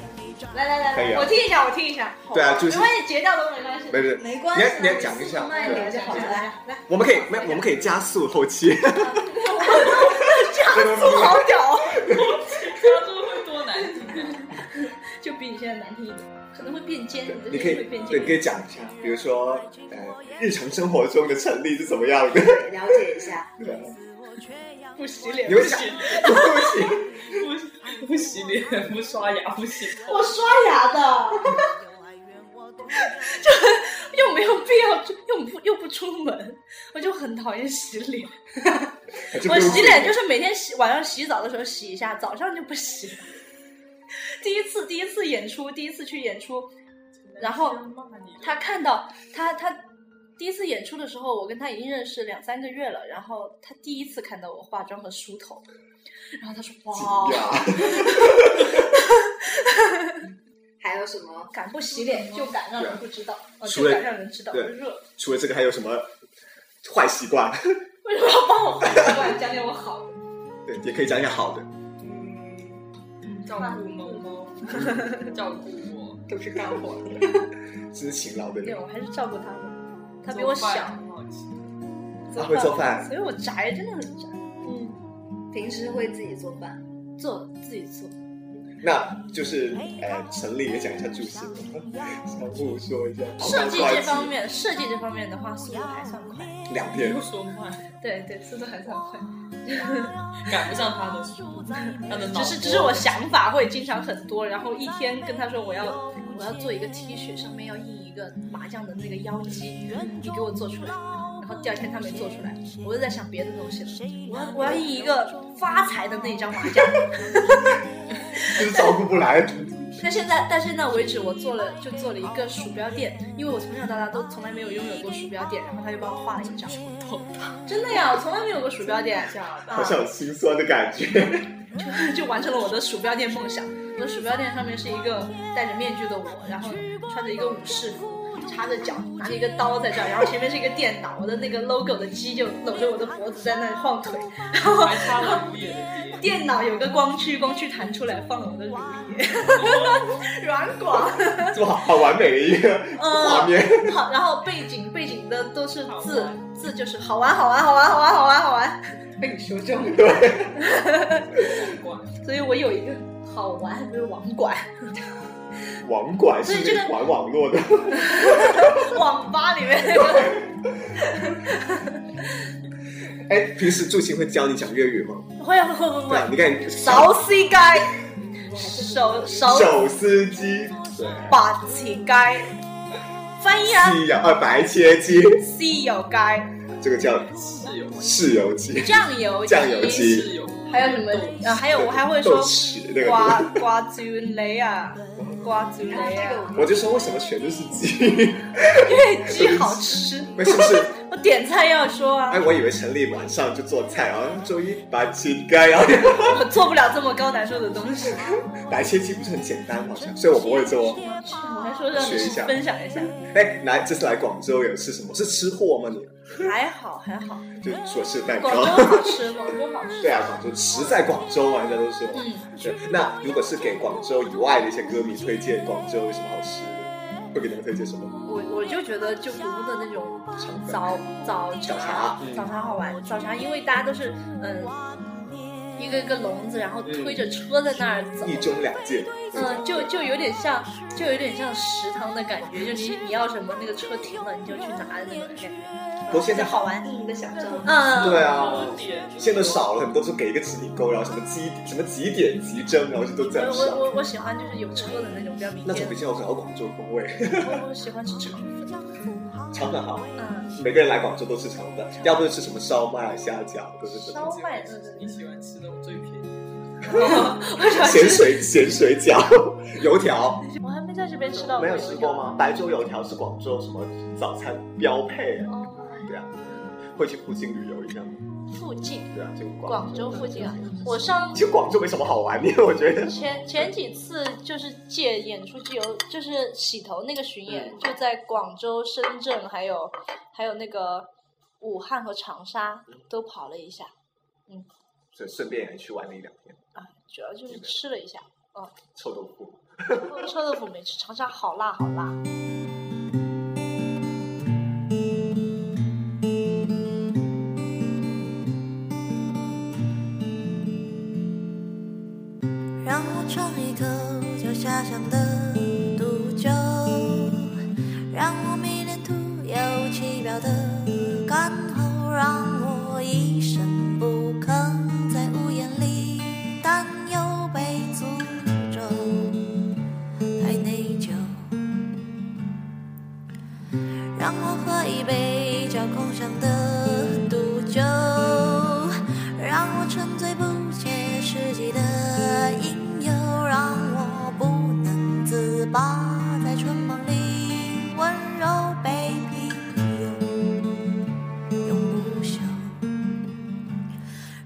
[SPEAKER 3] 来来来
[SPEAKER 2] 可以
[SPEAKER 5] 下？
[SPEAKER 2] 啊
[SPEAKER 5] 我听一下，我听一下。
[SPEAKER 2] 对啊就
[SPEAKER 5] 没
[SPEAKER 2] 是
[SPEAKER 5] 关系，截掉都没关系。
[SPEAKER 2] 没事，
[SPEAKER 5] 没关系啊
[SPEAKER 2] 你要你要讲一下，
[SPEAKER 5] 慢一点就好了。
[SPEAKER 2] 对
[SPEAKER 5] 来来，
[SPEAKER 2] 我们可以没有，我们可以加速后期。加速
[SPEAKER 3] 好屌、哦，
[SPEAKER 6] 这个会多难听啊！
[SPEAKER 3] 就比你现在难听一点，可能会变尖，你的
[SPEAKER 2] 你可
[SPEAKER 3] 声
[SPEAKER 2] 以
[SPEAKER 3] 音会变
[SPEAKER 2] 对，你可以
[SPEAKER 3] 尖。
[SPEAKER 2] 讲一下，比如说呃，日常生活中的成立是怎么样的？
[SPEAKER 4] 了解一下。
[SPEAKER 2] 对
[SPEAKER 3] 不洗脸
[SPEAKER 2] 你，们讲， 对不起。
[SPEAKER 6] 不不洗脸，不刷牙，不洗头。
[SPEAKER 5] 我刷牙的，
[SPEAKER 3] 又没有必要，又不又不出门，我就很讨厌洗脸。
[SPEAKER 2] 还真不
[SPEAKER 3] 我
[SPEAKER 2] 用
[SPEAKER 3] 洗脸就是是每天洗，晚上洗澡的时候洗一下，早上就不洗 了。第一次，第一次演出，第一次去演出，然后他看到他他第一次演出的时候，我跟他已经认识两三个月了，然后他第一次看到我化妆和梳头，然后他说哇，
[SPEAKER 2] 呀，
[SPEAKER 4] 还有什么？
[SPEAKER 3] 敢不洗脸就敢让人不知道，哦
[SPEAKER 2] 除
[SPEAKER 3] 就
[SPEAKER 2] 了
[SPEAKER 3] 敢让人知道，
[SPEAKER 2] 对
[SPEAKER 3] 热，
[SPEAKER 2] 除了这个还有什么坏习惯？
[SPEAKER 3] 为什么要帮我换习惯，讲点我好的？
[SPEAKER 2] 对，也可以讲一下好的。
[SPEAKER 6] 照顾猫猫，照顾我，
[SPEAKER 4] 都是干货。
[SPEAKER 2] 真是勤劳的
[SPEAKER 3] 对，
[SPEAKER 2] 人。
[SPEAKER 3] 我还是照顾他的，他比我小，
[SPEAKER 2] 他会做饭
[SPEAKER 3] 所以我宅真的很宅，嗯，
[SPEAKER 4] 平时会自己做饭，
[SPEAKER 3] 做自己做。
[SPEAKER 2] 那就是呃，陈丽也讲一下住行，相互说一下。
[SPEAKER 3] 设计这方面，设计这方面的话，速度还算快。
[SPEAKER 2] 两
[SPEAKER 6] 不
[SPEAKER 2] 天
[SPEAKER 6] 用，说慢，
[SPEAKER 3] 对对，速度还算快。
[SPEAKER 6] 赶不上他的速度，他 的脑
[SPEAKER 3] 只是只是我想法会经常很多，然后一天跟他说我要我要做一个 T 恤，上面要印一个麻将的那个妖姬，你给我做出来。然后第二天他没做出来，我又在想别的东西了。我要我要印一个发财的那张麻将。
[SPEAKER 2] 就是照顾不 来。
[SPEAKER 3] 但现在但现在为止，我做了就做了一个鼠标垫，因为我从小到大都从来没有拥有过鼠标垫，然后他就帮我画了一张。真的呀，我从来没有过鼠标垫。
[SPEAKER 2] 好像有心酸的感 觉。
[SPEAKER 3] 就完成了我的鼠标垫梦想。我的鼠标垫上面是一个戴着面具的我，然后穿着一个武士服，插着脚，拿着一个刀在这儿，然后前面是一个电脑，我的那个 logo 的鸡就搂着我的脖子在那里晃腿，然后
[SPEAKER 6] 还插了乳液的爹，
[SPEAKER 3] 电脑有个光驱，光驱弹出来放了我的乳液，软广。
[SPEAKER 2] 这么好好完美的一个
[SPEAKER 3] 嗯
[SPEAKER 2] 画面，
[SPEAKER 3] 好，然后背景背景的都是字字，就是好玩好玩好玩好玩好玩好玩，
[SPEAKER 4] 被你说中了。
[SPEAKER 6] 管
[SPEAKER 3] 所以我有一个好玩就是网管，
[SPEAKER 2] 网管是
[SPEAKER 3] 所以这个
[SPEAKER 2] 那管网络的，
[SPEAKER 3] 网吧里面那个
[SPEAKER 2] 哎，平时祝清会教你讲粤语吗？
[SPEAKER 3] 会会会
[SPEAKER 2] 对啊，
[SPEAKER 3] 会，
[SPEAKER 2] 你看
[SPEAKER 3] 手撕街，手手
[SPEAKER 2] 手撕鸡，对，
[SPEAKER 3] 白切街，翻译啊，
[SPEAKER 2] 西洋啊白切鸡，
[SPEAKER 3] 西油街，
[SPEAKER 2] 这个叫
[SPEAKER 6] 室友，
[SPEAKER 2] 豉油鸡，
[SPEAKER 3] 酱油
[SPEAKER 2] 酱油鸡
[SPEAKER 6] 室友，
[SPEAKER 3] 还有什么？啊，还有我还会
[SPEAKER 2] 豆
[SPEAKER 3] 说
[SPEAKER 2] 豉那个。
[SPEAKER 3] 瓜瓜椒雷啊，瓜椒雷
[SPEAKER 4] 这个
[SPEAKER 3] 啊，
[SPEAKER 4] 我
[SPEAKER 2] 我
[SPEAKER 4] 们
[SPEAKER 2] 就说为什么全都是 鸡？
[SPEAKER 3] 因为鸡好吃，
[SPEAKER 2] 那是不是？
[SPEAKER 3] 我点菜要说啊
[SPEAKER 2] 哎，，我以为陈立马上就做菜，然后周一把鸡盖，然后
[SPEAKER 3] 我做不了这么高难受的东西。
[SPEAKER 2] 白切鸡不是很简单好像，所以我不会做。
[SPEAKER 3] 我还说让你
[SPEAKER 2] 学一下
[SPEAKER 3] 分享一下，
[SPEAKER 2] 哎，来这次来广州有吃什么？是吃货吗你？
[SPEAKER 3] 还好还好，
[SPEAKER 2] 就说吃蛋
[SPEAKER 3] 广州
[SPEAKER 2] 糕。
[SPEAKER 3] 好吃，广州好 吃。
[SPEAKER 2] 对啊，广州实在广州啊，人家都说。
[SPEAKER 3] 嗯，
[SPEAKER 2] 对。那如果是给广州以外的一些歌迷推荐广州有什么好吃的，会给他们推荐什么？
[SPEAKER 3] 我我就觉得就古屋的那种早早
[SPEAKER 2] 早茶
[SPEAKER 3] 茶
[SPEAKER 2] 嗯，
[SPEAKER 3] 早茶好玩。早茶因为大家都是嗯一个一个笼子，然后推着车在那儿走。
[SPEAKER 2] 一盅两件。
[SPEAKER 3] 嗯，就就有点像，就有点像食堂的感觉，就你你要什么，那个车停了你就去拿的那种感觉，
[SPEAKER 2] 不过现在
[SPEAKER 3] 好玩。
[SPEAKER 4] 你的小镇，
[SPEAKER 3] 嗯，
[SPEAKER 2] 对啊
[SPEAKER 6] 糕，点，
[SPEAKER 2] 现在少了，很多都是给一个指引勾，然后什么几什么几点几针，然后就都这样
[SPEAKER 3] 嗯我我
[SPEAKER 2] 上。
[SPEAKER 3] 我我喜欢就是有车的那种 比较明
[SPEAKER 2] 那种
[SPEAKER 3] 显
[SPEAKER 2] 比，较搞广州风味，
[SPEAKER 3] 我我喜欢吃肠粉，
[SPEAKER 2] 肠粉好。
[SPEAKER 3] 嗯，
[SPEAKER 2] 每个人来广州都吃肠粉，要不就吃什么烧麦、啊虾饺，都是这
[SPEAKER 3] 烧
[SPEAKER 2] 种
[SPEAKER 3] 麦
[SPEAKER 6] 你喜欢吃那种最便宜
[SPEAKER 3] 我喜欢
[SPEAKER 2] 咸
[SPEAKER 3] 吃，
[SPEAKER 2] 水咸水饺、油条，
[SPEAKER 3] 我还没在这边吃到过
[SPEAKER 2] 没有吃过？吗？白粥油条是广州什么早餐标配啊？
[SPEAKER 3] 哦
[SPEAKER 2] 对啊，会去附近旅游一下吗？
[SPEAKER 3] 附近，
[SPEAKER 2] 对啊，就
[SPEAKER 3] 广州附近啊，我上
[SPEAKER 2] 其实广州没什么好玩的，我觉得。
[SPEAKER 3] 前前几次就是借演出机油，就是洗头那个巡演，就在广州、深圳，还有还有那个武汉和长沙都跑了一下
[SPEAKER 2] 所以顺便也去玩了一两天，
[SPEAKER 3] 啊，主要就是吃了一下。
[SPEAKER 2] 臭豆腐。
[SPEAKER 3] 臭豆腐没吃，长沙好辣好辣。
[SPEAKER 1] 让我尝一口酒下香的毒酒，让我迷恋徒有其表的干吼，让我一声不吭，在屋檐里担忧被诅咒，太内疚。让我喝一杯叫空巷的毒酒，让我沉醉不切实际的引诱，让我不能自拔，在春梦里温柔被庇佑，永不朽。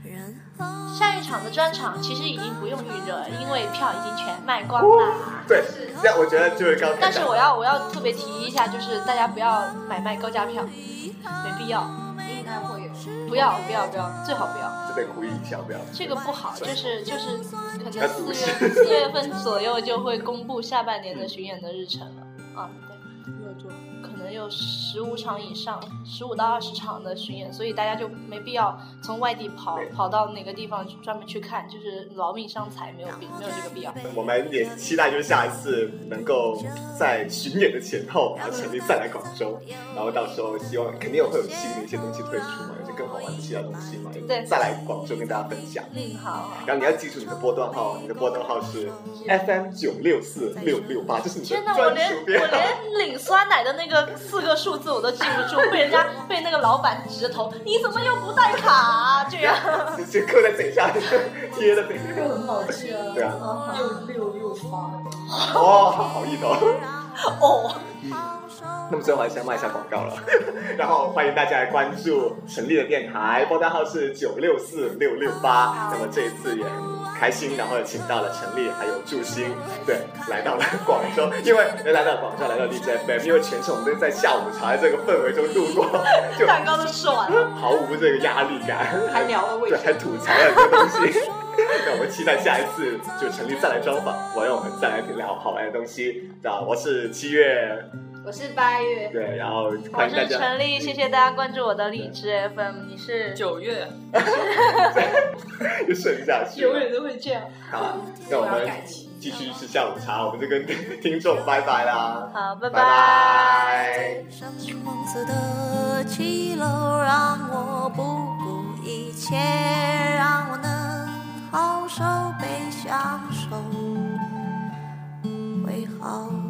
[SPEAKER 1] 然后。
[SPEAKER 3] 下一场的专场其实已经不用预热了，因为票已经全卖光了。
[SPEAKER 2] 对，这样我觉得就是刚才
[SPEAKER 3] 但是我要我要特别提一下，就是大家不要买卖高价票，没必要，
[SPEAKER 4] 应该会有。
[SPEAKER 3] 不要不要不要，最好不要。
[SPEAKER 2] 就被呼吁一下，不要。
[SPEAKER 3] 这个不好，就是就是可能
[SPEAKER 2] 要
[SPEAKER 3] 四
[SPEAKER 2] 读
[SPEAKER 3] 月
[SPEAKER 2] 心
[SPEAKER 3] 四月份左右就会公布下半
[SPEAKER 2] 嗯
[SPEAKER 3] 年的巡演的日程了啊，对，可能有十五场以上，十五到二十场的巡演，所以大家就没必要从外地跑
[SPEAKER 2] 对
[SPEAKER 3] 跑到哪个地方专门去看，就是劳命伤财，没有必没有这个必要。
[SPEAKER 2] 我们也期待，就是下一次能够在巡演的前后，然后陈立再来广州，然后到时候希望肯定会有新的一些东西推出嘛，有些更好玩的其他东西嘛，
[SPEAKER 3] 对
[SPEAKER 2] 再来广州跟大家分享。
[SPEAKER 3] 嗯，好，好
[SPEAKER 2] 然后你要记住你的波段号，你的波段号是 FM 九六四六六八，这是你的
[SPEAKER 3] 天哪，我
[SPEAKER 2] 专
[SPEAKER 3] 连
[SPEAKER 2] 属
[SPEAKER 3] 我
[SPEAKER 2] 编号。
[SPEAKER 3] 连领酸奶的那个四个数字我都记不住，被人家被那个老板指着头，你怎么又不带卡、啊？这样。
[SPEAKER 2] 直接刻在嘴 下，贴在嘴上。
[SPEAKER 6] 就很好吃啊
[SPEAKER 2] 对啊，
[SPEAKER 3] 啊
[SPEAKER 6] 又六又八的，
[SPEAKER 2] 哦，好好意头。
[SPEAKER 3] 哦。
[SPEAKER 2] 那么最后还是要卖一下广告了， 然后欢迎大家来关注陈立的电台，报单号是九六四六六八。那么这一次也很开心，然后请到了陈立还有祝星，对，来到了广州，因为呃来到广州，来到 DJ FM，因为全程我们都在下午茶的这个氛围中度过，就
[SPEAKER 3] 蛋糕都吃完了，
[SPEAKER 2] 毫无这个压力感，
[SPEAKER 6] 还聊了卫
[SPEAKER 2] 对，
[SPEAKER 6] 生
[SPEAKER 2] 还吐槽了很多东西。 那我们期待下一次就陈立再来专访，我让我们再来聊好玩的东西。那我是七月
[SPEAKER 5] 我是八月，
[SPEAKER 2] 对，然后
[SPEAKER 1] 我
[SPEAKER 2] 欢迎大
[SPEAKER 1] 是
[SPEAKER 2] 家。
[SPEAKER 1] 陈丽，谢谢大家关注我的荔枝 FM。你是
[SPEAKER 6] 九月
[SPEAKER 2] 就顺下去了。
[SPEAKER 3] 永远都会这样。
[SPEAKER 2] 好，那我们继续吃下午茶，我们就跟 听众拜拜啦，
[SPEAKER 1] 好，拜
[SPEAKER 2] 拜
[SPEAKER 1] 拜。
[SPEAKER 2] 拜。
[SPEAKER 1] 上孟子的七楼，让我不顾一切，让我能好受被享受，为好。